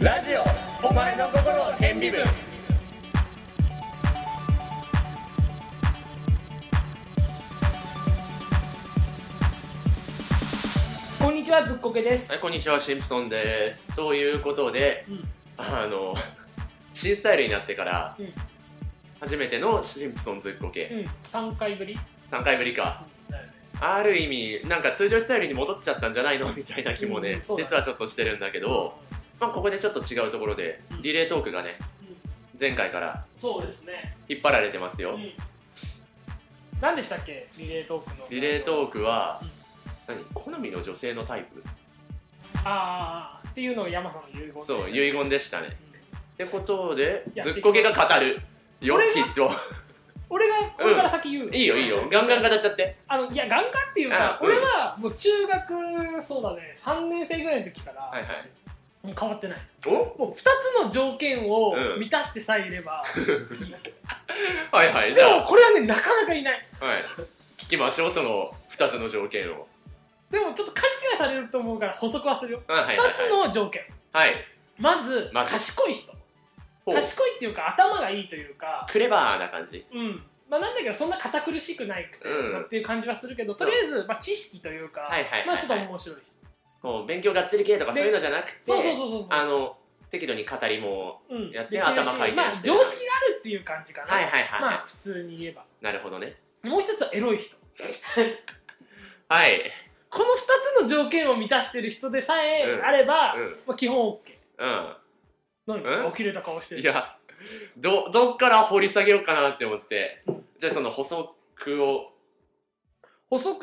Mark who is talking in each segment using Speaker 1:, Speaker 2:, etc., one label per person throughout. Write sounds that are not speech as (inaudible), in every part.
Speaker 1: ラジオお前の心を天理分
Speaker 2: こんにちは、ずっこけです
Speaker 1: はい。こんにちはシンプソンですということで、
Speaker 2: うん
Speaker 1: あの (laughs) 新スタイルになってから、
Speaker 2: うん
Speaker 1: 初めてのシンプソンズっこ
Speaker 2: う
Speaker 1: け、
Speaker 2: ん、三回ぶり。
Speaker 1: 三3回ぶりかある意味なんか通常スタイルに戻っちゃったんじゃないのみ (laughs) たいな気もね、
Speaker 2: うんそうだね
Speaker 1: 実はちょっとしてるんだけど、まあ、ここでちょっと違うところで
Speaker 2: うん
Speaker 1: リレートークがね前回から
Speaker 2: そうですね。
Speaker 1: 引っ張られてますよ、
Speaker 2: 何でしたっけ、リレートークの。
Speaker 1: リレートー
Speaker 2: ク。
Speaker 1: クは、何好みの女性のタイプ
Speaker 2: ああ、っていうのを山さんの遺言でした
Speaker 1: そ
Speaker 2: ね。
Speaker 1: う遺言でしたね
Speaker 2: うん
Speaker 1: ってことで
Speaker 2: や
Speaker 1: ず
Speaker 2: っていきます
Speaker 1: っこけが語るよ
Speaker 2: 俺
Speaker 1: き
Speaker 2: が
Speaker 1: っと
Speaker 2: 俺が、
Speaker 1: うん
Speaker 2: 俺から先言う。
Speaker 1: いいよいいよガンガン語っちゃって
Speaker 2: あの、いや、眼科っていう
Speaker 1: あ
Speaker 2: か、
Speaker 1: うん
Speaker 2: 俺はもう中学、そうだね、三年生ぐらいの時から。
Speaker 1: はいはい
Speaker 2: もう変わってない。
Speaker 1: お
Speaker 2: もう二つの条件を
Speaker 1: うん
Speaker 2: 満たしてさえいれば。
Speaker 1: (laughs) はいはいじ
Speaker 2: で
Speaker 1: ゃ
Speaker 2: も、これはね、なかなかいない。
Speaker 1: あ、はい、聞きましょうその2つの条件を
Speaker 2: でも、ちょっと勘違いされると思うから、補足はするよ。
Speaker 1: うんはいはい
Speaker 2: 二
Speaker 1: はい
Speaker 2: つの条件。
Speaker 1: はい
Speaker 2: まず、
Speaker 1: まず
Speaker 2: 賢い人。
Speaker 1: ほう
Speaker 2: 賢いっていうか頭がいいというか、
Speaker 1: クレバーな感じ
Speaker 2: うんまあ、なんだけどそんな堅苦しくないくて、
Speaker 1: うん
Speaker 2: まあっていう感じはするけどとりあえず、まあ、知識というか、
Speaker 1: はいはいはいはい
Speaker 2: まあ、ちょっと面白い人
Speaker 1: こう勉強がってる系とか
Speaker 2: で
Speaker 1: そういうのじゃなくて
Speaker 2: そうそうそうそう
Speaker 1: あの適度に語りも
Speaker 2: うん、
Speaker 1: やって
Speaker 2: できるし
Speaker 1: 頭回転して
Speaker 2: まあ、常識があるっていう感じかな、
Speaker 1: はいはいはい、
Speaker 2: まあ、普通に言えば
Speaker 1: なるほどね
Speaker 2: もう一つはエロい人
Speaker 1: はい
Speaker 2: この二つの条件を満たしてる人でさえ
Speaker 1: うん
Speaker 2: あれば、
Speaker 1: うん
Speaker 2: まあ、基本 OK 何、
Speaker 1: うん
Speaker 2: 起きれた顔して
Speaker 1: うん
Speaker 2: る
Speaker 1: いやどどっから掘り下げようかなって思ってじゃあその補足を
Speaker 2: 補足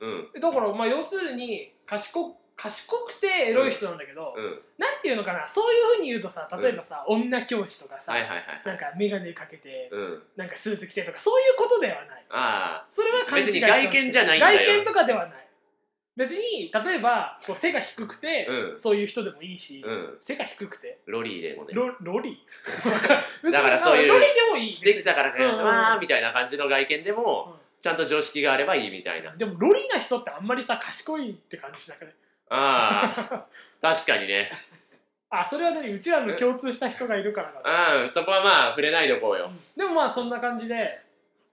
Speaker 1: うん
Speaker 2: だから、まあ、要するに賢賢くてエロい人なんだけど、
Speaker 1: うん
Speaker 2: なんていうのかなそういうふうに言うとさ例えばさ、女教師とかさ、
Speaker 1: はいはいはい
Speaker 2: なんか眼鏡かけて、
Speaker 1: うん
Speaker 2: なんかスーツ着てとかそういうことではない
Speaker 1: あ
Speaker 2: それは勘違いしてほし
Speaker 1: 別に外見じゃないんだよ
Speaker 2: 外見とかではない別に例えばこう背が低く
Speaker 1: あ
Speaker 2: て、
Speaker 1: うん
Speaker 2: そういう人でもいいし、
Speaker 1: うん
Speaker 2: 背が低くて
Speaker 1: ロリーでもね
Speaker 2: ロロ
Speaker 1: (laughs)
Speaker 2: リ
Speaker 1: だからそういう
Speaker 2: 別にロリでもいい
Speaker 1: してきたからね
Speaker 2: うんうんうん
Speaker 1: わーみたいな感じの外見でも
Speaker 2: う
Speaker 1: ちゃんと常識があればいいみたいなん
Speaker 2: でもロリな人ってあんまりさ賢いって感じしなくない
Speaker 1: あ
Speaker 2: (laughs)
Speaker 1: あ確かにね
Speaker 2: あそれはねうちらの共通した人がいるからだ
Speaker 1: うんそこはまあ触れないでおこうよ
Speaker 2: でもまあそんな感じで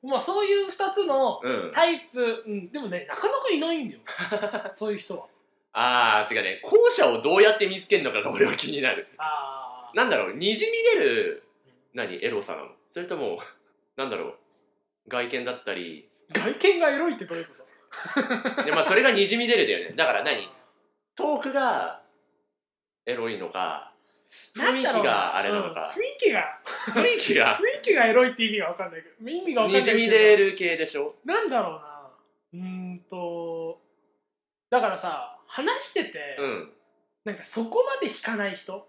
Speaker 2: まあそういう2つの
Speaker 1: うん
Speaker 2: タイプ、うん、でもねなかなかいないんだ
Speaker 1: (laughs)
Speaker 2: よそういう人は
Speaker 1: ああてかね後者をどうやって見つけるのかが俺は気になる
Speaker 2: ああ
Speaker 1: なんだろうにじみ出る何エロさなのそれともなんだろう外見だったり
Speaker 2: 外見がエロいってどういうこと
Speaker 1: で、まあ、それがにじみ出るだよねだから何トークがエロいのか雰囲気
Speaker 2: なんだろう
Speaker 1: があれなのか
Speaker 2: うん雰囲気が
Speaker 1: 雰囲気が
Speaker 2: 雰囲気がエロいって意味が分かんないけど意味が分かんな
Speaker 1: に
Speaker 2: いけど
Speaker 1: じみ出る系でしょ
Speaker 2: なんだろうなうーんとだからさ話してて、
Speaker 1: うん
Speaker 2: なんかそこまで引かない人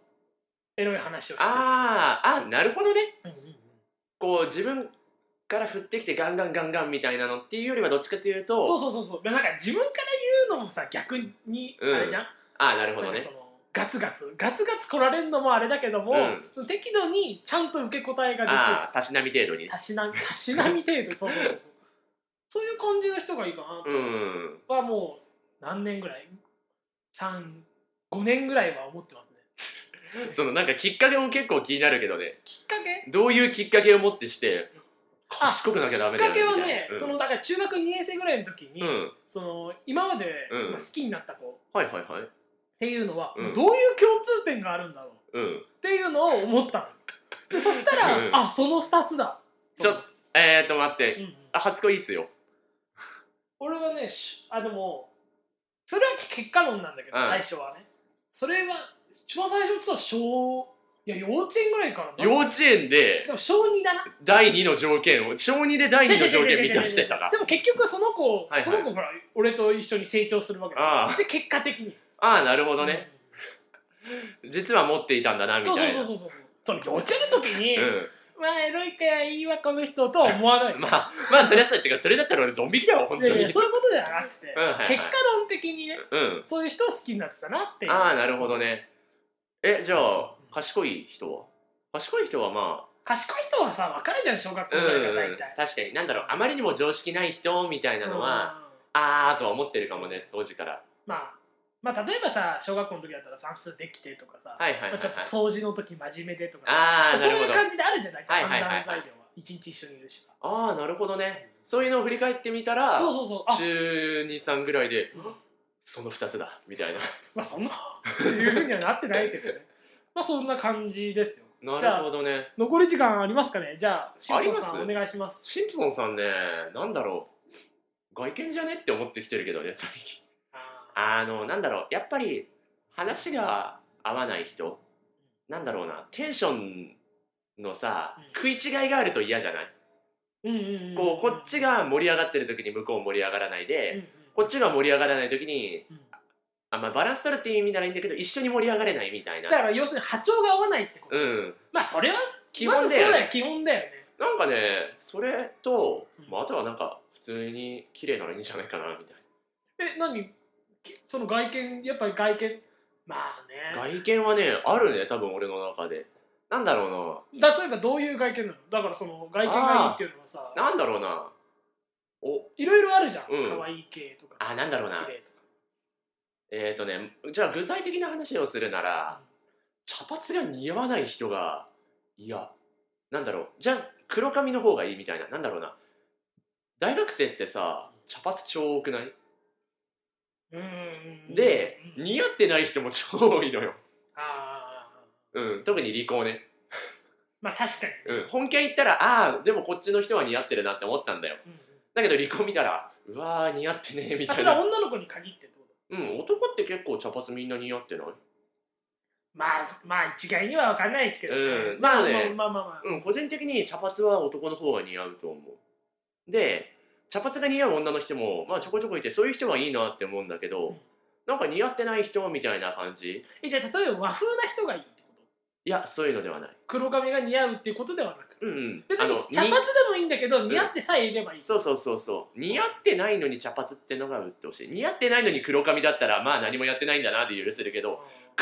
Speaker 2: エロい話をして
Speaker 1: あーあなるほどね
Speaker 2: るうんうんうん
Speaker 1: こう自分から振ってきてガンガンガンガンみたいなのっていうよりはどっちかっていうと
Speaker 2: そうそうそうそうなんか自分から言うのもさ逆にあ
Speaker 1: うん
Speaker 2: れじゃん、
Speaker 1: ああなるほど
Speaker 2: なん
Speaker 1: ね
Speaker 2: かそのガツガツガツガツ来られるのもあれだけども、
Speaker 1: うん
Speaker 2: その適度にちゃんと受け答えができる
Speaker 1: ああたしなみ程度に
Speaker 2: たしな (laughs) みたしなみ程度そうそうそうそういう感じの人がいいかなと
Speaker 1: うん
Speaker 2: はもう何年ぐらい35年ぐらいは思ってますね
Speaker 1: そのなんかきっかけも結構気になるけどね
Speaker 2: きっかけ
Speaker 1: どういうきっかけを持ってして
Speaker 2: あ
Speaker 1: 賢くなきゃダメ
Speaker 2: きっ
Speaker 1: だ
Speaker 2: か
Speaker 1: よ
Speaker 2: けは
Speaker 1: みたい
Speaker 2: ね、
Speaker 1: なうん
Speaker 2: そのだから中学2年生ぐらいの時に、
Speaker 1: うん
Speaker 2: その今まで、
Speaker 1: うん
Speaker 2: まあ好きになった子っ
Speaker 1: はいはいはい
Speaker 2: ていうのは、
Speaker 1: うん
Speaker 2: もうどういう共通点があるんだろう
Speaker 1: うん
Speaker 2: っていうのを思ったのでそしたら、
Speaker 1: うん
Speaker 2: あその2つだ
Speaker 1: ちょえーっと待っ
Speaker 2: うん
Speaker 1: て
Speaker 2: うん
Speaker 1: あ初恋いつよ
Speaker 2: 俺はねしあでもそれは結果論なんだけど、
Speaker 1: うん
Speaker 2: 最初はねそれは一番最初って言ったら小いや幼稚園ぐらいからな
Speaker 1: 幼稚園で
Speaker 2: でも小2だな
Speaker 1: 第2の条件を小2で第2の条件満たしてたか
Speaker 2: でも結局その子、
Speaker 1: はいはい
Speaker 2: その子から俺と一緒に成長するわけだ
Speaker 1: ああ
Speaker 2: で結果的に
Speaker 1: ああなるほどね、実は持っていたんだな
Speaker 2: う
Speaker 1: み
Speaker 2: んそう
Speaker 1: た
Speaker 2: そう
Speaker 1: い
Speaker 2: そう
Speaker 1: な
Speaker 2: そうそうその幼稚園の時に、
Speaker 1: うん
Speaker 2: まあエロいからいいわこの人とは思わない
Speaker 1: (laughs) まあまあそれだったらっていうかそれだったら俺ドン引きだわ本
Speaker 2: いや
Speaker 1: 当
Speaker 2: い
Speaker 1: に
Speaker 2: やそういうことではなくて、
Speaker 1: うんはいはい
Speaker 2: 結果論的にね
Speaker 1: うん
Speaker 2: そういう人を好きになってたなっていう
Speaker 1: ああなるほどねえじゃあ賢い人は賢い人はまあ
Speaker 2: 賢い人はさ分かるじゃん小学校
Speaker 1: うん
Speaker 2: ぐらいから
Speaker 1: うん
Speaker 2: 大体、
Speaker 1: 確かになんだろうあまりにも常識ない人みたいなのは、
Speaker 2: うん
Speaker 1: あーとは思ってるかもね当時から
Speaker 2: まあまあ例えばさ小学校の時だったら算数できてとかさ、
Speaker 1: はいはいはい、
Speaker 2: ま
Speaker 1: は
Speaker 2: あ、
Speaker 1: い
Speaker 2: ちょっと掃除の時真面目でとかさ
Speaker 1: ああ
Speaker 2: そう
Speaker 1: な
Speaker 2: い
Speaker 1: るほ
Speaker 2: う
Speaker 1: ど
Speaker 2: 感じであるじゃないか、
Speaker 1: はいはいはいはい
Speaker 2: 判断材料は一日一緒にいるしさ
Speaker 1: ああなるほどねそういうのを振り返ってみたら
Speaker 2: そうそうそうあ
Speaker 1: 中23ぐらいでその2つだみたいな
Speaker 2: まあそんなっていうふうにはなってないけどねまあそんな感じですよ
Speaker 1: なるほどね
Speaker 2: 残り時間ありますかねじゃあシンソンさ
Speaker 1: あり
Speaker 2: んお
Speaker 1: ます
Speaker 2: 願いします
Speaker 1: シンプソンさんねなんだろう外見じゃねって思ってきてるけどね最近
Speaker 2: あ
Speaker 1: あのなんだろうやっぱり話が合わない人なんだろうなテンションのさ
Speaker 2: うん
Speaker 1: 食い違いがあると嫌じゃない、
Speaker 2: ーうんうんうん
Speaker 1: こうこっちが盛り上がってる時に向こう盛り上がらないで、
Speaker 2: うんうん
Speaker 1: こっちが盛り上がらない時に
Speaker 2: うん
Speaker 1: あ、まあ、バランス取るっていう意味ならいいんだけど一緒に盛り上がれないみたい
Speaker 2: だか
Speaker 1: な
Speaker 2: ら要するに波長が合わないってこと
Speaker 1: う
Speaker 2: でしょ、
Speaker 1: ん
Speaker 2: まあそれは
Speaker 1: 基本だよ
Speaker 2: ま
Speaker 1: ね
Speaker 2: ずそうだよ基本だよね
Speaker 1: なんかねそれと
Speaker 2: うん、
Speaker 1: まあ、あとはなんか普通に綺麗ならいいんじゃないかなみたい
Speaker 2: え何きその外見やっぱり外見ま
Speaker 1: な
Speaker 2: あね
Speaker 1: 外見はねあるね多分俺の中でなんだろ
Speaker 2: 例えばどういう外見なのだからその外見がいいっていうのはさ
Speaker 1: うななんだろうなお
Speaker 2: いろいろあるじゃん、
Speaker 1: うん
Speaker 2: 可愛い系とか
Speaker 1: あなんだろうな
Speaker 2: 綺麗とか
Speaker 1: えっ、ー、とねじゃあ具体的な話をするなら茶髪が似合わない人がいやなんだろうじゃあ黒髪の方がいいみたいななんだろうな大学生ってさ茶髪超多くない
Speaker 2: うんうんうん
Speaker 1: で
Speaker 2: うん
Speaker 1: 似合ってない人も超多いのよ、
Speaker 2: ああ
Speaker 1: うん、特に理工ね、
Speaker 2: まあ確かに、
Speaker 1: うん、本家行ったらああでもこっちの人は似合ってるなって思ったんだよ
Speaker 2: うんうん
Speaker 1: だけど理工見たらうわー似合ってねーみ
Speaker 2: あ
Speaker 1: た
Speaker 2: そ
Speaker 1: い
Speaker 2: れは
Speaker 1: な
Speaker 2: 女の子に限ってってこと
Speaker 1: うん男って結構茶髪みんな似合ってない
Speaker 2: まあまあ一概には分かんないですけど、
Speaker 1: うんまあね
Speaker 2: まあまあまあ、
Speaker 1: うん個人的に茶髪は男の方が似合うと思うで茶髪が似合う女の人もまあちょこちょこいてそういう人はいいなって思うんだけど、
Speaker 2: うん
Speaker 1: なんか似合ってない人みたいな感じ
Speaker 2: えじゃあ例えば和風な人がいいってこと
Speaker 1: いやそういうのではない
Speaker 2: 黒髪が似合うっていうことではなくて
Speaker 1: うんうん
Speaker 2: 別
Speaker 1: あ
Speaker 2: に
Speaker 1: の
Speaker 2: 茶髪
Speaker 1: に
Speaker 2: でもいいんだけど似合ってさえいればいい、
Speaker 1: そうそうそうそう似合ってないのに茶髪ってのがうっとうしい似合ってないのに黒髪だったらまあ何もやってないんだなで許せるけど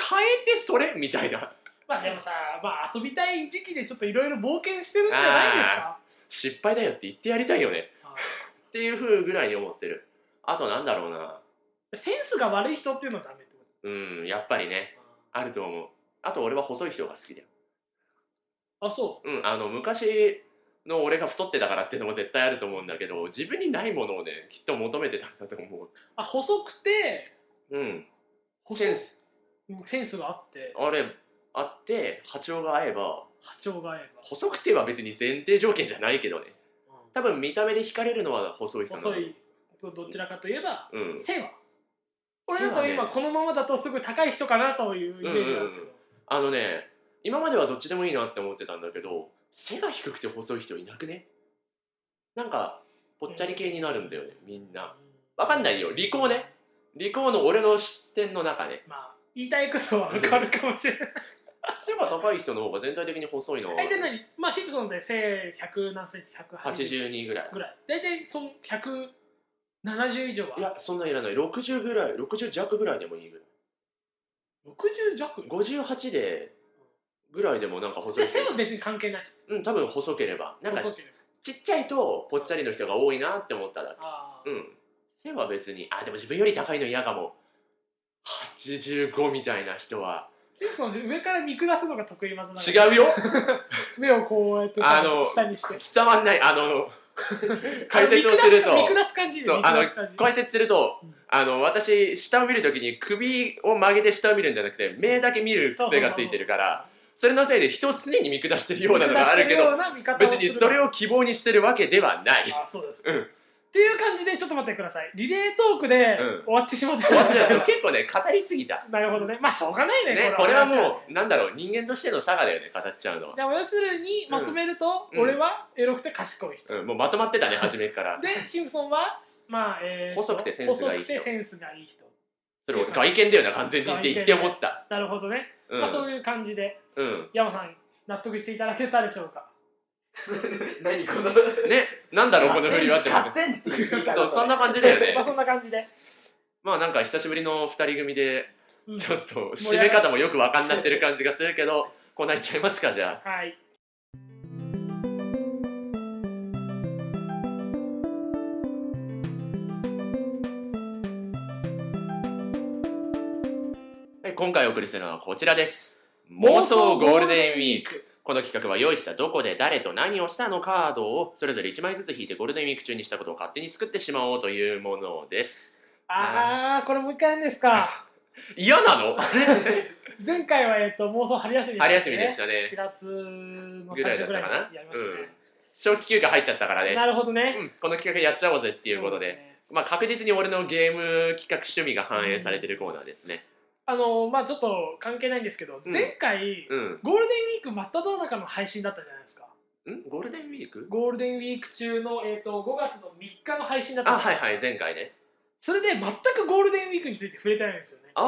Speaker 1: 変えてそれみたいな
Speaker 2: まあでもさ、まあ、遊びたい時期でちょっといろいろ冒険してるんじゃないですか
Speaker 1: 失敗だよって言ってやりたいよねっていう風ぐらいに思ってるあとなんだろうな
Speaker 2: センスが悪い人っていうのはダメってこ
Speaker 1: うんやっぱりねあると思うあと俺は細い人が好きだよ
Speaker 2: とあそ
Speaker 1: うんあの昔の俺が太ってたからっていうのも絶対あると思うんだけど自分にないものをねきっと求めてたんだと思
Speaker 2: うあ細くて
Speaker 1: ううん
Speaker 2: 細
Speaker 1: センス
Speaker 2: うんセンスがあって
Speaker 1: あれあって波長が合えば
Speaker 2: 波長が合えば、
Speaker 1: 細くては別に前提条件じゃないけどね多分見た目で惹かれるのは細い人なの
Speaker 2: 細いどどちらかといえば
Speaker 1: うん
Speaker 2: 背は俺だと
Speaker 1: 背は
Speaker 2: 今
Speaker 1: ね
Speaker 2: このままだとすごい高い人かなというイメージだ
Speaker 1: うんうんうんあのね今まではどっちでもいいなって思ってたんだけど背が低くて細い人いなくねなんかぽっちゃり系になるんだよねみんなわかんないよ理工ね理工の俺の視点の中で
Speaker 2: まあ言いたいことはわかるかもしれない
Speaker 1: 背が高い人の方が全体的に細いのは
Speaker 2: 大体何まあシンプソンで背100何センチ180
Speaker 1: 82ぐらい
Speaker 2: ぐらい大体その170以上
Speaker 1: い
Speaker 2: は
Speaker 1: やそんないらない60ぐらい60弱ぐらいでもいいぐらい
Speaker 2: 60弱
Speaker 1: 58でぐらいでもなんか細
Speaker 2: で
Speaker 1: い人
Speaker 2: 背は別に関係ないし
Speaker 1: うん多分細ければなんか
Speaker 2: 細ければ
Speaker 1: ちっちゃいとぽっちゃりの人が多いなって思ったら
Speaker 2: あー
Speaker 1: うん背は別にあでも自分より高いの嫌かも85みたいな人は
Speaker 2: シンプソンで上から見下すのが得意技だ
Speaker 1: 違うよ
Speaker 2: 目をこうやって
Speaker 1: あの
Speaker 2: 下にして
Speaker 1: 伝わんないあの解説をすると
Speaker 2: 見下す感じで
Speaker 1: そう
Speaker 2: 見下す感じで
Speaker 1: 解説すると
Speaker 2: うん
Speaker 1: あの私下を見るときに首を曲げて下を見るんじゃなくて目だけ見る
Speaker 2: そうそうそう
Speaker 1: 癖がついてるからそれのせいで人を常に見下してるようなのがあるけど
Speaker 2: ど
Speaker 1: 別にそれを希望にしてるわけではない
Speaker 2: あそうです、
Speaker 1: うん
Speaker 2: っていう感じでちょっと待ってくださいリレートークで
Speaker 1: うん
Speaker 2: 終わってしまった、
Speaker 1: 終わっちゃう結構ね語りすぎた
Speaker 2: なるほどねまあしょうがないね
Speaker 1: ね、これは
Speaker 2: 話
Speaker 1: もう、なんだろう、人間としての差がだよね、語っちゃうのは。
Speaker 2: じゃあ要するにまとめると、
Speaker 1: うん
Speaker 2: 俺はエロくて賢い人、
Speaker 1: うん、もうまとまってたね、初めから。
Speaker 2: でシンプソンはまあ、えーと、
Speaker 1: 細くてセンスがいい
Speaker 2: 細
Speaker 1: 人
Speaker 2: くてセンスがいい人
Speaker 1: それ外見だよな、完全にって言って思った。
Speaker 2: なるほどね、
Speaker 1: うん
Speaker 2: まあ、そういう感じで
Speaker 1: うん。
Speaker 2: 山さん納得していただけたでしょうか
Speaker 3: 何この
Speaker 1: ねなんだろうこの振りはって
Speaker 3: 勝てんっていう振り方
Speaker 1: そうそんな感じだよ
Speaker 2: まあ
Speaker 1: ね
Speaker 2: そんな感じで。
Speaker 1: まあなんか久しぶりの2人組で
Speaker 2: (laughs) うん
Speaker 1: ちょっと締め方もよくわかんなってる感じがするけどこんないっちゃいますかじゃあ
Speaker 2: はい。
Speaker 1: はい、今回お送りするのはこちらです。妄想ゴールデンウィーク。この企画は用意したどこで誰と何をしたのカードをそれぞれ1枚ずつ引いてゴールデンウィーク中にしたことを勝手に作ってしまおうというものです。
Speaker 2: あー、これもう一回やるんですか。
Speaker 1: 嫌なの
Speaker 2: 前回は、えっと、妄想春休みでしたね。
Speaker 1: 春休みでしたね。
Speaker 2: 4月の
Speaker 1: ぐ
Speaker 2: 最
Speaker 1: ら
Speaker 2: 初
Speaker 1: いだった
Speaker 2: ぐ
Speaker 1: から
Speaker 2: い
Speaker 1: な
Speaker 2: に。やりまし
Speaker 1: うん長期休暇入っちゃったから
Speaker 2: たね。
Speaker 1: ね。
Speaker 2: なるほどね。
Speaker 1: うん、この企画やっちゃおうぜっていうことで
Speaker 2: そすね
Speaker 1: まあ確実に俺のゲーム企画趣味が反映されてるコーナーですね。
Speaker 2: あのまあちょっと関係ないんですけど、
Speaker 1: うん
Speaker 2: 前回、
Speaker 1: うん。
Speaker 2: ゴールデンウィーク真っ只中の配信だったじゃないですか。
Speaker 1: んゴールデンウィーク
Speaker 2: ゴールデンウィーク中の、えっと5月の3日の配信だった
Speaker 1: あ、
Speaker 2: じゃな
Speaker 1: はい
Speaker 2: ですか
Speaker 1: はい、前回ね。
Speaker 2: それで全くゴールデンウィークについて触れてないんですよね。
Speaker 1: あ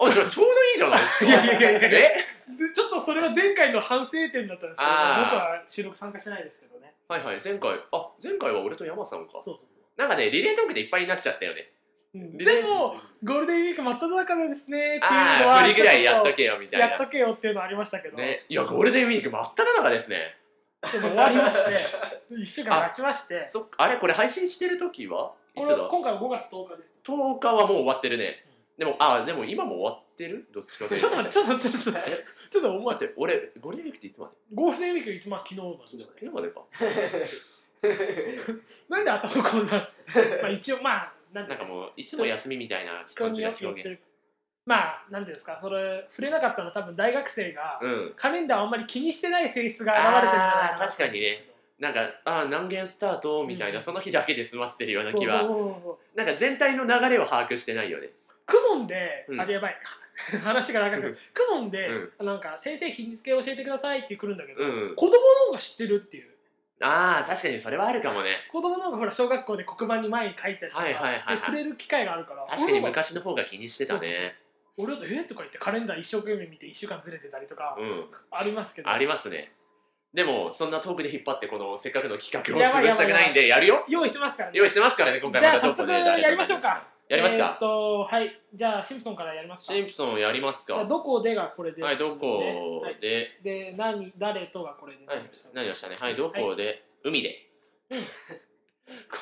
Speaker 1: ーあ、じゃあちょうどいいじゃないです
Speaker 2: (laughs) い
Speaker 1: か。
Speaker 2: やいやいやいや
Speaker 1: え
Speaker 2: ずちょっとそれは前回の反省点だったんですけど、僕
Speaker 1: あー
Speaker 2: は収録参加してないですけどね。
Speaker 1: はいはい、前回、あ、前回は俺と山さんか。
Speaker 2: そうそう
Speaker 1: なんかね、リレートークでいっぱいになっちゃったよね。
Speaker 2: そう。うん
Speaker 1: リ
Speaker 2: で
Speaker 1: レー
Speaker 2: も、ゴールデンウィーク真っ只中なんですねっていう
Speaker 1: あ
Speaker 2: の
Speaker 1: あ
Speaker 2: は、
Speaker 1: ー、振りぐらいやっと
Speaker 2: け
Speaker 1: けよ、みたい
Speaker 2: やっ
Speaker 1: な。
Speaker 2: とけよっていうのはありましたけど、
Speaker 1: ね、いや、ゴールデンウィーク真っ只中ですね。
Speaker 2: でも終わりま
Speaker 1: (laughs)
Speaker 2: して、1週間経ちまして、
Speaker 1: そっかあれ、これ配信してる時はい
Speaker 2: こ
Speaker 1: つ
Speaker 2: れ
Speaker 1: だ
Speaker 2: 今回は5月10日です。
Speaker 1: ?10 日はもう終わってるね。でも、あー、でも今も終わってるどっちかという
Speaker 2: ち
Speaker 1: と
Speaker 2: ょっ
Speaker 1: (laughs)
Speaker 2: と待って、ちょっと待って、ちょっと待って、ちょっとお前
Speaker 1: 待って、俺、ゴールデンウィークっていつまで
Speaker 2: ゴールデンウィークいつも昨日なんですよ
Speaker 1: 昨日までか。
Speaker 2: なんで頭こん
Speaker 1: (laughs)
Speaker 2: な、まあ一応まあ、なんて
Speaker 1: ないん
Speaker 2: う
Speaker 1: か
Speaker 2: の
Speaker 1: もう、いつも休みみたいな
Speaker 2: 人
Speaker 1: 感
Speaker 2: に
Speaker 1: じ
Speaker 2: よ
Speaker 1: が
Speaker 2: って
Speaker 1: 表
Speaker 2: 言って
Speaker 1: 現。
Speaker 2: る。まあ、なんていうんですか、それ、触れなかったのは多分大学生が、
Speaker 1: うん。
Speaker 2: カレンダーをあんまり気にしてない性質が現れてるんじゃないかな
Speaker 1: あー確かにねなんか、あー、何件スタートみたいな、
Speaker 2: うん
Speaker 1: その日だけで済ませてるような
Speaker 2: そう
Speaker 1: 気
Speaker 2: そう
Speaker 1: は。
Speaker 2: そうそう
Speaker 1: なんか全体の流れを把握してないよね。
Speaker 2: クモンで、
Speaker 1: うん
Speaker 2: あれやばい (laughs) 話が長くな
Speaker 1: うん
Speaker 2: るクモンで、なんか先生日付教えてくださいって来るんだけど、
Speaker 1: うん。
Speaker 2: 子供の方が知ってるっていう
Speaker 1: ああ確かにそれはあるかもね
Speaker 2: 子供の方がほら小学校で黒板に前に書いたりとか、
Speaker 1: はいはいはいはい
Speaker 2: で触れる機会があるから
Speaker 1: 確かに昔の方が気にしてた
Speaker 2: そうそう
Speaker 1: ね
Speaker 2: 俺だと「えーとか言ってカレンダー一生懸命見て1週間ずれてたりとか、
Speaker 1: うん
Speaker 2: ありますけど
Speaker 1: ありますねでもそんな遠くで引っ張ってこのせっかくの企画
Speaker 2: やば
Speaker 1: を
Speaker 2: い
Speaker 1: 潰したくないんでやるよ
Speaker 2: 用意してますからね
Speaker 1: 用意してますからね今回
Speaker 2: じゃあ
Speaker 1: また
Speaker 2: 早
Speaker 1: ちょっ
Speaker 2: 速
Speaker 1: とね誰か
Speaker 2: やりましょうか
Speaker 1: やります
Speaker 2: えーっ
Speaker 1: か
Speaker 2: とはいじゃあシンプソンからやりますか
Speaker 1: シンプソンやります
Speaker 2: じゃあ
Speaker 1: か
Speaker 2: どこでがこれです、
Speaker 1: はいどこ
Speaker 2: はい
Speaker 1: で
Speaker 2: で何誰とがこれで、
Speaker 1: はい何をしたねはいどこで海で (laughs)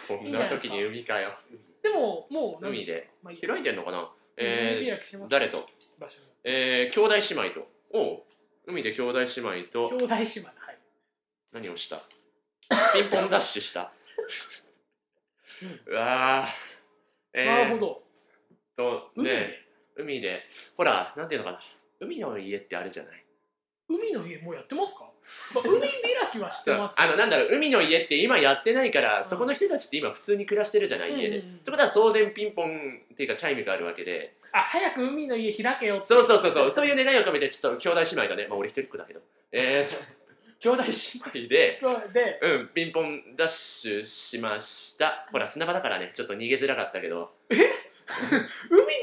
Speaker 1: こんな時に海かよ
Speaker 2: でももう何すか
Speaker 1: 海で、
Speaker 2: まあ、いい
Speaker 1: 開いてんのかな
Speaker 2: 海
Speaker 1: え
Speaker 2: 開きしてま
Speaker 1: ー
Speaker 2: す
Speaker 1: 誰と
Speaker 2: 場所
Speaker 1: えー兄弟姉妹とおう海で兄弟姉妹と
Speaker 2: 兄弟姉妹はい
Speaker 1: 何をしたピンポンダッシ
Speaker 2: (laughs)
Speaker 1: ュしたうわーえー、
Speaker 2: なるほど
Speaker 1: と
Speaker 2: 海で、
Speaker 1: ね海でほらなんていうのかな海の家ってあれじゃない
Speaker 2: 海の家もうやってますか、まあ、海開きはしてます
Speaker 1: あのなんだろう海の家って今やってないから、
Speaker 2: うん
Speaker 1: そこの人たちって今普通に暮らしてるじゃない家で、
Speaker 2: うんうんうん
Speaker 1: ってことは当然ピンポンっていうかチャイムがあるわけで
Speaker 2: あ早く海の家開けよって
Speaker 1: そうそうそうそうそういう願いを込めてちょっと兄弟姉妹がねまあ俺一人っ子だけどえー、兄弟姉妹で
Speaker 2: で
Speaker 1: うんピンポンダッシュしましたほら砂場だからねちょっと逃げづらかったけど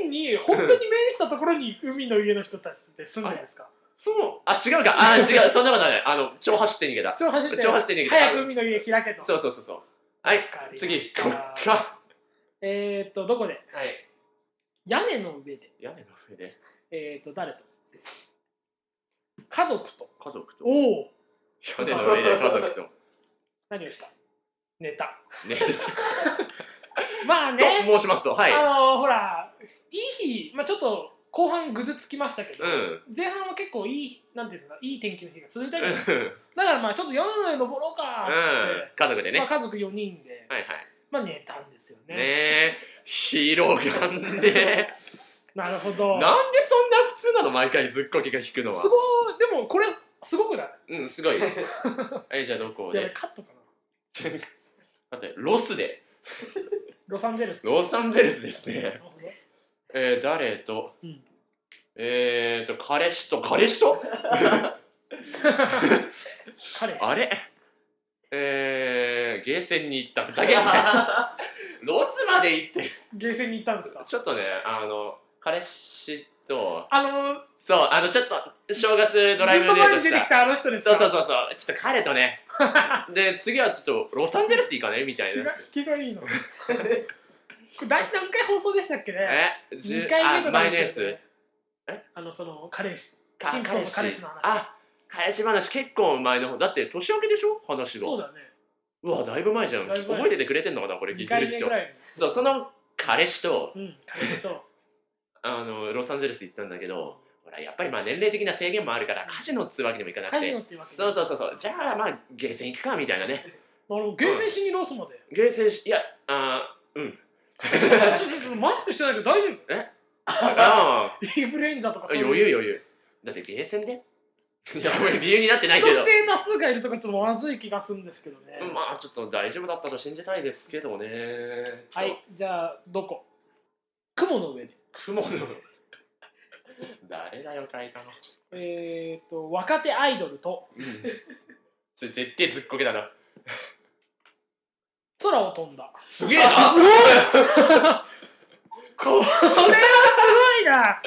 Speaker 2: 海に本当に面したところに海の家の人たちって住んでるんですか
Speaker 1: そう、あ、違うか。あ、違う。そんなことない。あの、超走って逃げた。
Speaker 2: 超走って
Speaker 1: 超走って逃げた。
Speaker 2: 早く海の家開けと
Speaker 1: そうそうそうそう。はい
Speaker 2: わか、りま
Speaker 1: 次、
Speaker 2: した
Speaker 1: こっか。
Speaker 2: えー、っとどこで
Speaker 1: はい。
Speaker 2: 屋根の上で
Speaker 1: 屋根の上で、
Speaker 2: えー、っと誰と家族と
Speaker 1: 家族と。
Speaker 2: おお
Speaker 1: 屋根の上で家族と。
Speaker 2: (laughs) 何をした寝た
Speaker 1: ね、
Speaker 2: まあね
Speaker 1: と申しますと、はい。
Speaker 2: あのーほらいい日、まあ、ちょっと後半ぐずつきましたけど、
Speaker 1: うん。
Speaker 2: 前半は結構いいなんていうのかないい天気の日が続いた
Speaker 1: う
Speaker 2: けど、
Speaker 1: ん。う
Speaker 2: だからまあちょっと夜の上登ろうかっつ
Speaker 1: ん
Speaker 2: っ
Speaker 1: 家族で
Speaker 2: て、
Speaker 1: ね。
Speaker 2: ま
Speaker 1: は
Speaker 2: あ、家族4人で、
Speaker 1: いはい。
Speaker 2: まあ、寝たんですよね
Speaker 1: ねえ、広がんで。
Speaker 2: (laughs) なるほど
Speaker 1: なんでそんな普通なの毎回ずっこけが引くの
Speaker 2: す
Speaker 1: は。
Speaker 2: ごいでもこれすごくない
Speaker 1: うん、すごい。え、じゃあどこ
Speaker 2: いや
Speaker 1: で
Speaker 2: カットかな
Speaker 1: あとロスで。
Speaker 2: ロサンゼルス
Speaker 1: ロサンゼルスですね。えー、誰と
Speaker 2: うん
Speaker 1: えーと、彼氏と、彼氏と
Speaker 2: 彼氏
Speaker 1: あれえー、ゲーセンに行った。ふ
Speaker 2: (laughs)
Speaker 1: ざけんなよロスまで行って。
Speaker 2: ゲーセンに行ったんですか
Speaker 1: ちょっとね、あの、彼氏そう
Speaker 2: あの
Speaker 1: そうあのちょっと正月ドライ
Speaker 2: ずっと
Speaker 1: ブデ
Speaker 2: 前
Speaker 1: ート
Speaker 2: に
Speaker 1: し
Speaker 2: 出て
Speaker 1: た
Speaker 2: きたあの人です
Speaker 1: そ
Speaker 2: か
Speaker 1: うそうそうそうちょっと彼とね (laughs) で次はちょっとロサンゼルス行かねみたい
Speaker 2: 引き
Speaker 1: な
Speaker 2: が引きがいいのこれ第何回放送でしたっけね
Speaker 1: えじゅ
Speaker 2: 2回目
Speaker 1: あ
Speaker 2: とか
Speaker 1: 前の
Speaker 2: で
Speaker 1: や
Speaker 2: すよ
Speaker 1: つ
Speaker 2: ねあのその彼氏
Speaker 1: か
Speaker 2: シンプソンの彼氏の話
Speaker 1: あ彼氏話結構前の方だって年明けでしょ話が
Speaker 2: そう
Speaker 1: う
Speaker 2: だね
Speaker 1: わだいぶ前じゃん
Speaker 2: だいぶ前
Speaker 1: 覚えててくれてんのかなこれ聞
Speaker 2: 2
Speaker 1: いて
Speaker 2: 回
Speaker 1: る
Speaker 2: 目
Speaker 1: 人
Speaker 2: ぐらい
Speaker 1: そうその彼氏と
Speaker 2: にうん彼氏と
Speaker 1: あのロサンゼルス行ったんだけどほらやっぱりまあ年齢的な制限もあるからカジノっつうわけにもいかなく
Speaker 2: カジノ
Speaker 1: て
Speaker 2: っていうわけで
Speaker 1: そうそうそうそうじゃあまあゲーセン行くかみたいなね
Speaker 2: あの厳選しにロースまで
Speaker 1: ゲーセンしいやあ
Speaker 2: ちょっとちょっとマスクしてないけど大丈
Speaker 1: ーあ
Speaker 2: 夫インフルエンザとか
Speaker 1: ー
Speaker 2: いう
Speaker 1: 余裕余裕だってゲーセンでいやごめん理由になってない
Speaker 2: 不
Speaker 1: けど
Speaker 2: 特定多数がいるとかちょっとまずい気がするんですけどね、
Speaker 1: うんまあちょっと大丈夫だったと信じたいですけどね
Speaker 2: はいじゃあどこ雲の上で
Speaker 1: 雲の誰だよ書いたの
Speaker 2: えっ、ー、と若手アイドルと
Speaker 1: それ絶対ずっこけだな
Speaker 2: 空を飛ん
Speaker 1: (laughs)
Speaker 2: だ
Speaker 1: すげえな
Speaker 2: すごい (laughs) これはすごいな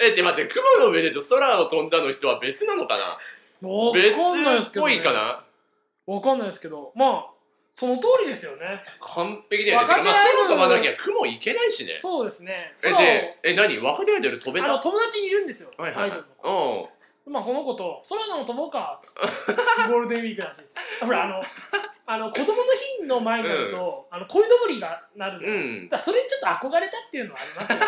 Speaker 1: えって待って雲の上でと空を飛んだの人は別なのかな
Speaker 2: わ
Speaker 1: 別
Speaker 2: かんないです
Speaker 1: っ
Speaker 2: けど、
Speaker 1: ぽ
Speaker 2: ね
Speaker 1: い、かな
Speaker 2: わかんないですけどまあその通りですよね
Speaker 1: 完璧だよねて
Speaker 2: 若
Speaker 1: か
Speaker 2: 手
Speaker 1: まあ
Speaker 2: アイドル
Speaker 1: 空飛ばなきゃ雲行けないしね
Speaker 2: そうですね
Speaker 1: え
Speaker 2: 空を
Speaker 1: でえ何若手アイドル飛べ
Speaker 2: あ
Speaker 1: た
Speaker 2: の
Speaker 1: は
Speaker 2: 友達にいるんですよ、
Speaker 1: いはい
Speaker 2: ア
Speaker 1: は
Speaker 2: イ
Speaker 1: い
Speaker 2: ドルの子
Speaker 1: うん
Speaker 2: まあ、この子と、空の飛ぼうかっつっ
Speaker 1: (laughs)
Speaker 2: て、ゴールデンウィークらしいっつって。ほら、あの、あの子供の日の前になると、あの鯉のぼりがなるの。
Speaker 1: う
Speaker 2: だ
Speaker 1: ん
Speaker 2: からそれにちょっと憧れたっていうのはありますよね。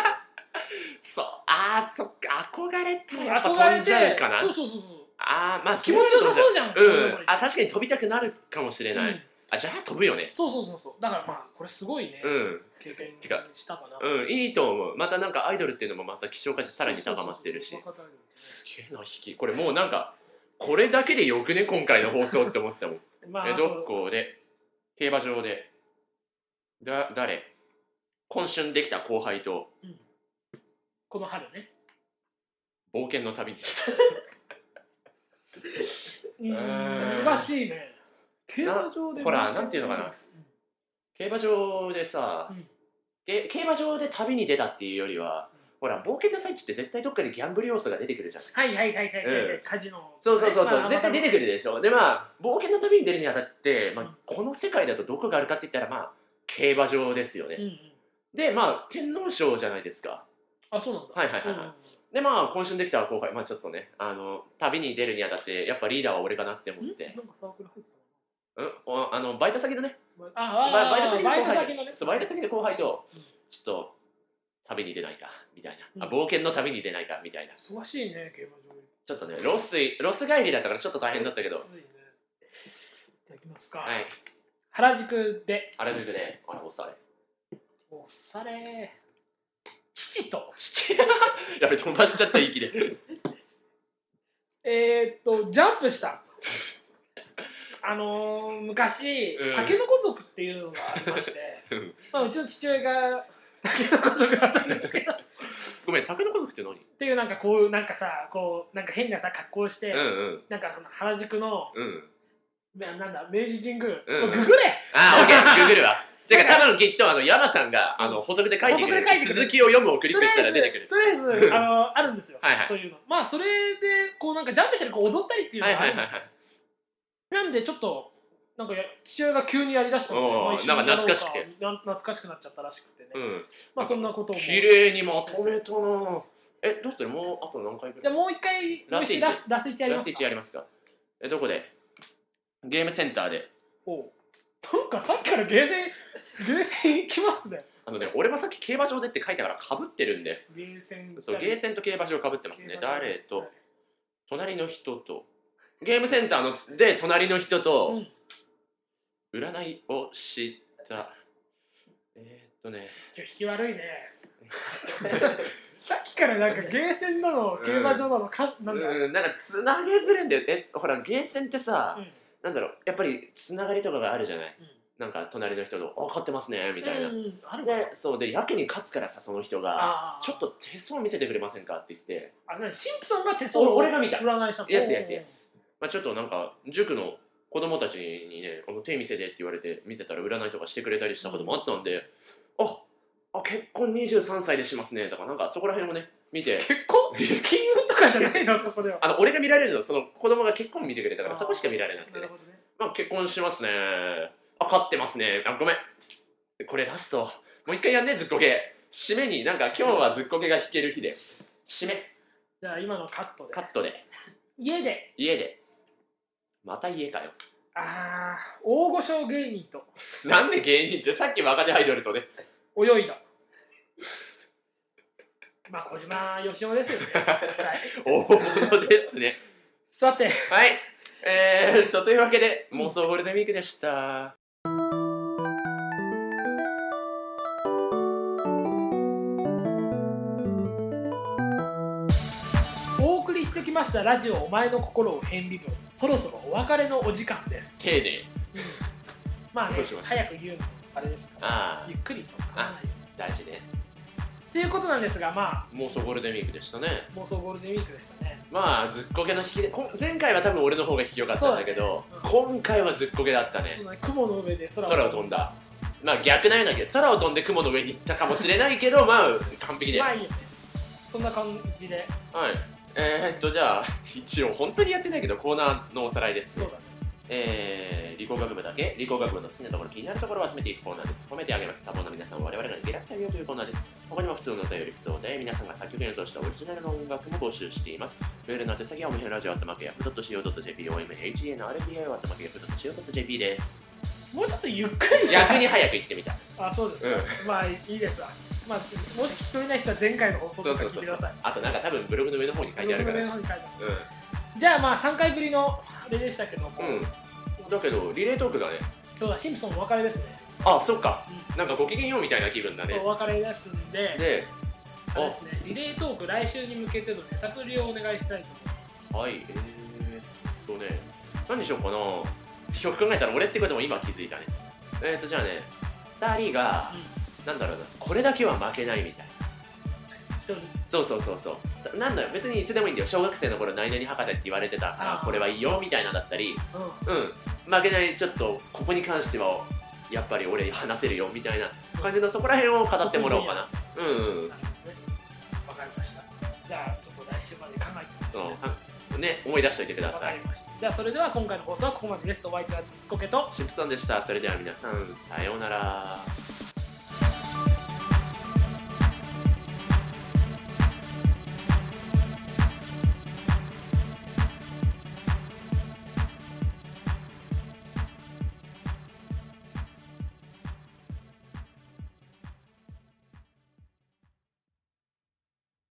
Speaker 1: そうあーそっか憧れたら (laughs) やっぱ
Speaker 2: 憧
Speaker 1: 飛
Speaker 2: れ
Speaker 1: ん
Speaker 2: て
Speaker 1: じゃうかな
Speaker 2: そうそうそうそう。
Speaker 1: あーまあ
Speaker 2: 気持ちよさそうじゃん、鯉
Speaker 1: う
Speaker 2: のぼ
Speaker 1: ん
Speaker 2: り
Speaker 1: あ確かに飛びたくなるかもしれない、
Speaker 2: うん
Speaker 1: あじゃあ飛ぶよね
Speaker 2: そうそうそうそう。だからまあ、これすごいね、
Speaker 1: うん
Speaker 2: 経験
Speaker 1: てか
Speaker 2: したかな。
Speaker 1: うんいいと思うまたなんかアイドルっていうのもまた希少価値さらに高まってるし
Speaker 2: そうそうそうそう若手アイドルです
Speaker 1: すげえな引きこれもうなんかこれだけでよくね今回の放送って思ったもん
Speaker 2: ねまあ、
Speaker 1: 江
Speaker 2: あ
Speaker 1: 戸っ
Speaker 2: と
Speaker 1: 子で競馬場でだ誰今春できた後輩と
Speaker 2: この春ね。
Speaker 1: 冒険の旅に
Speaker 2: うん
Speaker 1: うん
Speaker 2: 難しいね。競馬場で。
Speaker 1: ほらなんていうのかな競馬場でさ、
Speaker 2: うん
Speaker 1: で競馬場で旅に出たっていうよりは、
Speaker 2: うん
Speaker 1: ほら冒険の最中って絶対どっかでギャンブル要素が出てくるじゃん
Speaker 2: はいはいはいはいはい、
Speaker 1: う
Speaker 2: カジノ。
Speaker 1: そうそうそうそう、
Speaker 2: まあ
Speaker 1: 絶対出てくるでしょでまあ冒険の旅に出るにあたって、ま
Speaker 2: うん
Speaker 1: あ、この世界だとどこがあるかって言ったらまあ競馬場ですよね、
Speaker 2: うんうん、
Speaker 1: でまあ天皇賞じゃないですか
Speaker 2: あ、そうなんだ。
Speaker 1: はいはいはいはいでまあ今春できた後輩まあちょっとねあの旅に出るにあたってやっぱリーダーは俺かなって思
Speaker 2: うんうん
Speaker 1: っ
Speaker 2: ん
Speaker 1: て
Speaker 2: なんかサークル入って
Speaker 1: うんおあのバイト先のね
Speaker 2: たのあ
Speaker 1: バイバイ
Speaker 2: あ
Speaker 1: ト
Speaker 2: ー
Speaker 1: 先の
Speaker 2: バ
Speaker 1: 後
Speaker 2: イト
Speaker 1: 輩
Speaker 2: 先のね。
Speaker 1: そうバイト先の後輩と
Speaker 2: うん
Speaker 1: ちょっと旅に出ないかみたいな、あ
Speaker 2: うん
Speaker 1: 冒険の旅に出ないかみたいな
Speaker 2: 忙しいね、競馬場。
Speaker 1: ちょっとねロスいロス帰りだったからちょっと大変だったけど
Speaker 2: きついね。いただきますか。
Speaker 1: はい
Speaker 2: 原宿で、
Speaker 1: 原宿であれおされ (laughs)
Speaker 2: おっされ父と、
Speaker 1: 父やべ飛ばしちゃった息で
Speaker 2: えー、っと、ジャンプ
Speaker 1: (laughs)
Speaker 2: した。あのー、昔
Speaker 1: うん、
Speaker 2: タケノコ族っていうのがありまして、
Speaker 1: (laughs) うん
Speaker 2: まあ、うちの父親がタケノコ族だったんですけど、
Speaker 1: ごめん、竹の家族って何
Speaker 2: っていうなんかこうなんかさこうなんか変なさ格好をして、
Speaker 1: うん
Speaker 2: なんかあの原宿の
Speaker 1: うん。うん。
Speaker 2: ななんだ明治神宮、
Speaker 1: うん
Speaker 2: もうググれ
Speaker 1: あー、オッケー、ググる
Speaker 2: (laughs)
Speaker 1: わ。てか、多分きっと、あの、山さんが、あの、補足で書いてくれ
Speaker 2: 補足で書いて
Speaker 1: る。
Speaker 2: くれる
Speaker 1: 続きを読むをクリッ
Speaker 2: と
Speaker 1: ク
Speaker 2: り
Speaker 1: した
Speaker 2: あ
Speaker 1: ら
Speaker 2: え
Speaker 1: 出てく
Speaker 2: ず
Speaker 1: る。
Speaker 2: とりあえずあのあるんですよ
Speaker 1: はいはい
Speaker 2: そういうのまあそれでこうなんかジャンプしたりこう踊ったりっていうの
Speaker 1: はい
Speaker 2: があ
Speaker 1: はい
Speaker 2: るん
Speaker 1: は
Speaker 2: で
Speaker 1: い
Speaker 2: すよ、なんでちょっとなんかや父親が急にやりだしたので
Speaker 1: おー
Speaker 2: まあ一緒に
Speaker 1: なんか懐かしくて
Speaker 2: やろうな懐かしくなっちゃったらしくてね、
Speaker 1: はい。うん。
Speaker 2: まあそんなことも
Speaker 1: 綺麗にまとめたなぁえ、どうするもう、あと何回ぐ
Speaker 2: じ
Speaker 1: ら
Speaker 2: ゃ
Speaker 1: い
Speaker 2: あもう一回
Speaker 1: ラスイチ
Speaker 2: ラスラスイチやりま
Speaker 1: ラ
Speaker 2: す
Speaker 1: ス
Speaker 2: か
Speaker 1: 1やりますか。え、どこでゲームセンターで。
Speaker 2: おうなんかさっきからゲーセンゲーセン行きますね
Speaker 1: あのね、俺もさっき競馬場でって書いたから被ってるんで。
Speaker 2: ゲーセン行った
Speaker 1: そう、
Speaker 2: り
Speaker 1: ゲーセンと競馬場被ってますね。誰と
Speaker 2: はい、
Speaker 1: 隣の人と。ゲームセンターので隣の人と、
Speaker 2: うん
Speaker 1: 占いをしたえー、っとね
Speaker 2: 今日引き悪いねさっきからなんかゲーセンなの競馬場なのか、なんだ、
Speaker 1: (laughs) うんなんかつなげづらいんだよえほらゲーセンってさ、
Speaker 2: うん
Speaker 1: なんだろうやっぱりつながりとかがあるじゃない
Speaker 2: うん
Speaker 1: なんか隣の人の「あ勝ってますね」みたいな、
Speaker 2: うんうんあるか
Speaker 1: でそうでやけに勝つからさその人が
Speaker 2: あ
Speaker 1: 「
Speaker 2: ー
Speaker 1: ちょっと手相見せてくれませんか?」って言って
Speaker 2: あ何シンプソンが手相
Speaker 1: お俺が見た
Speaker 2: 占いしたの
Speaker 1: 「イエスイエスイエス」まあ、ちょっとなんか塾の子供たちにね「あの手見せて」って言われて見せたら占いとかしてくれたりしたこともあったんで、ああ結婚23歳でしますねとかなんかそこら辺をね見て
Speaker 2: 結
Speaker 1: (laughs)
Speaker 2: 婚金運とかじゃ (laughs) ないのそこでは
Speaker 1: あの俺が見られるのはその子供が結婚見てくれたから
Speaker 2: あー
Speaker 1: そこしか見られなくて
Speaker 2: な
Speaker 1: ね
Speaker 2: るほどね
Speaker 1: まあ結婚しますねあ勝ってますねあごめんこれラストもう一回やんねずっこけ締めになんか今日はずっこけが弾ける日で締め
Speaker 2: じゃあ今のカットで
Speaker 1: カットで
Speaker 2: 家で
Speaker 1: 家でまた家かよ
Speaker 2: ああ大御所芸人と
Speaker 1: なんで芸人ってさっき若手アイドルとね
Speaker 2: 泳いだ (laughs) まあ小島よしおですよ
Speaker 1: (laughs)
Speaker 2: ね実際
Speaker 1: 大物ですね
Speaker 2: さて
Speaker 1: はいえー、っとというわけで妄想ゴールデンウィークでした、
Speaker 2: お送りしてきましたラジオお前の心を変微分そろそろお別れのお時間です
Speaker 1: 丁寧
Speaker 2: まあね
Speaker 1: どうしました
Speaker 2: 早く言うのあれですから
Speaker 1: ああ
Speaker 2: ゆっくりと
Speaker 1: あ大事ね
Speaker 2: っていうことなんですがまあ
Speaker 1: 妄想ゴールデンウィークでしたね
Speaker 2: 妄想ゴールデンウィークでしたね
Speaker 1: まあずっこけの引きでこ前回は多分俺の方が引きよかったんだけど
Speaker 2: そうだね
Speaker 1: 今回はずっこけだったね
Speaker 2: そのね雲の上で空
Speaker 1: 空を飛んだまあ逆なんやけど空を飛んで雲の上に行ったかもしれないけどまあ完璧で、
Speaker 2: まあいいよねそんな感じで
Speaker 1: はいえー、っとじゃあ一応本当にやってないけどコーナーのおさらいです
Speaker 2: そうだね
Speaker 1: えー、理工学部だけ理工学部の好きなところ気になるところを集めていくコーナーです褒めてあげます多忙な皆さんを我々がゲラッとあげようというコーナーです他にも普通のお便り普通お便り皆さんが作曲演奏したオリジナルの音楽も募集していますメールの宛先はおめへラジオアットマークヤフー .co.jp omha の RPI をアットマークヤフー .co.jp です
Speaker 2: (laughs) もうちょっとゆっくり
Speaker 1: 逆に早く行ってみた
Speaker 2: あそうです、まあいいですわ、まあ、もし聞き取れない人は前回の放送とか聞いてください
Speaker 1: あとなんか多分ブログの上の方に書いてあるから
Speaker 2: ブログの上の方に書いてあるじゃあまあ3回ぶりのあれでしたけども、
Speaker 1: うん、うん、だけどリレートークがね
Speaker 2: そうだシンプソンお別れですね、
Speaker 1: あそっかなんかご機嫌ようみたいな気分だ
Speaker 2: そう
Speaker 1: ね
Speaker 2: お別れですんで
Speaker 1: で
Speaker 2: あれですねリレートーク来週に向けてのネタ振りをお願いしたいと思います
Speaker 1: はい、えー、っとね、何にしようかな。よく考えたら俺ってことも今気づいたね。えー、っと、じゃあね、二人が、なんだろうな、これだけは負けないみたいな。
Speaker 2: 人に
Speaker 1: そうそうそうそう。ななんだよ、別にいつでもいいんだよ。小学生の頃、何々博士って言われてた、あ
Speaker 2: あー
Speaker 1: これはいいよみたいなだったり、
Speaker 2: うん
Speaker 1: うん、負けない、ちょっと、ここに関しては、やっぱり俺話せるよみたいな感じの、そこら辺を語ってもらおうかな。うんうん。
Speaker 2: なるほどねわかりましたじゃあちょっと来週まで考えて
Speaker 1: そ
Speaker 2: み
Speaker 1: の
Speaker 2: て
Speaker 1: はね、思い出しておいてくだ
Speaker 2: わ
Speaker 1: さ
Speaker 2: か
Speaker 1: い
Speaker 2: り。ましたじゃあそれでは今回の放送はここまでですお相手はずっこけと
Speaker 1: シンプソンでした。それでは皆さん、さようなら。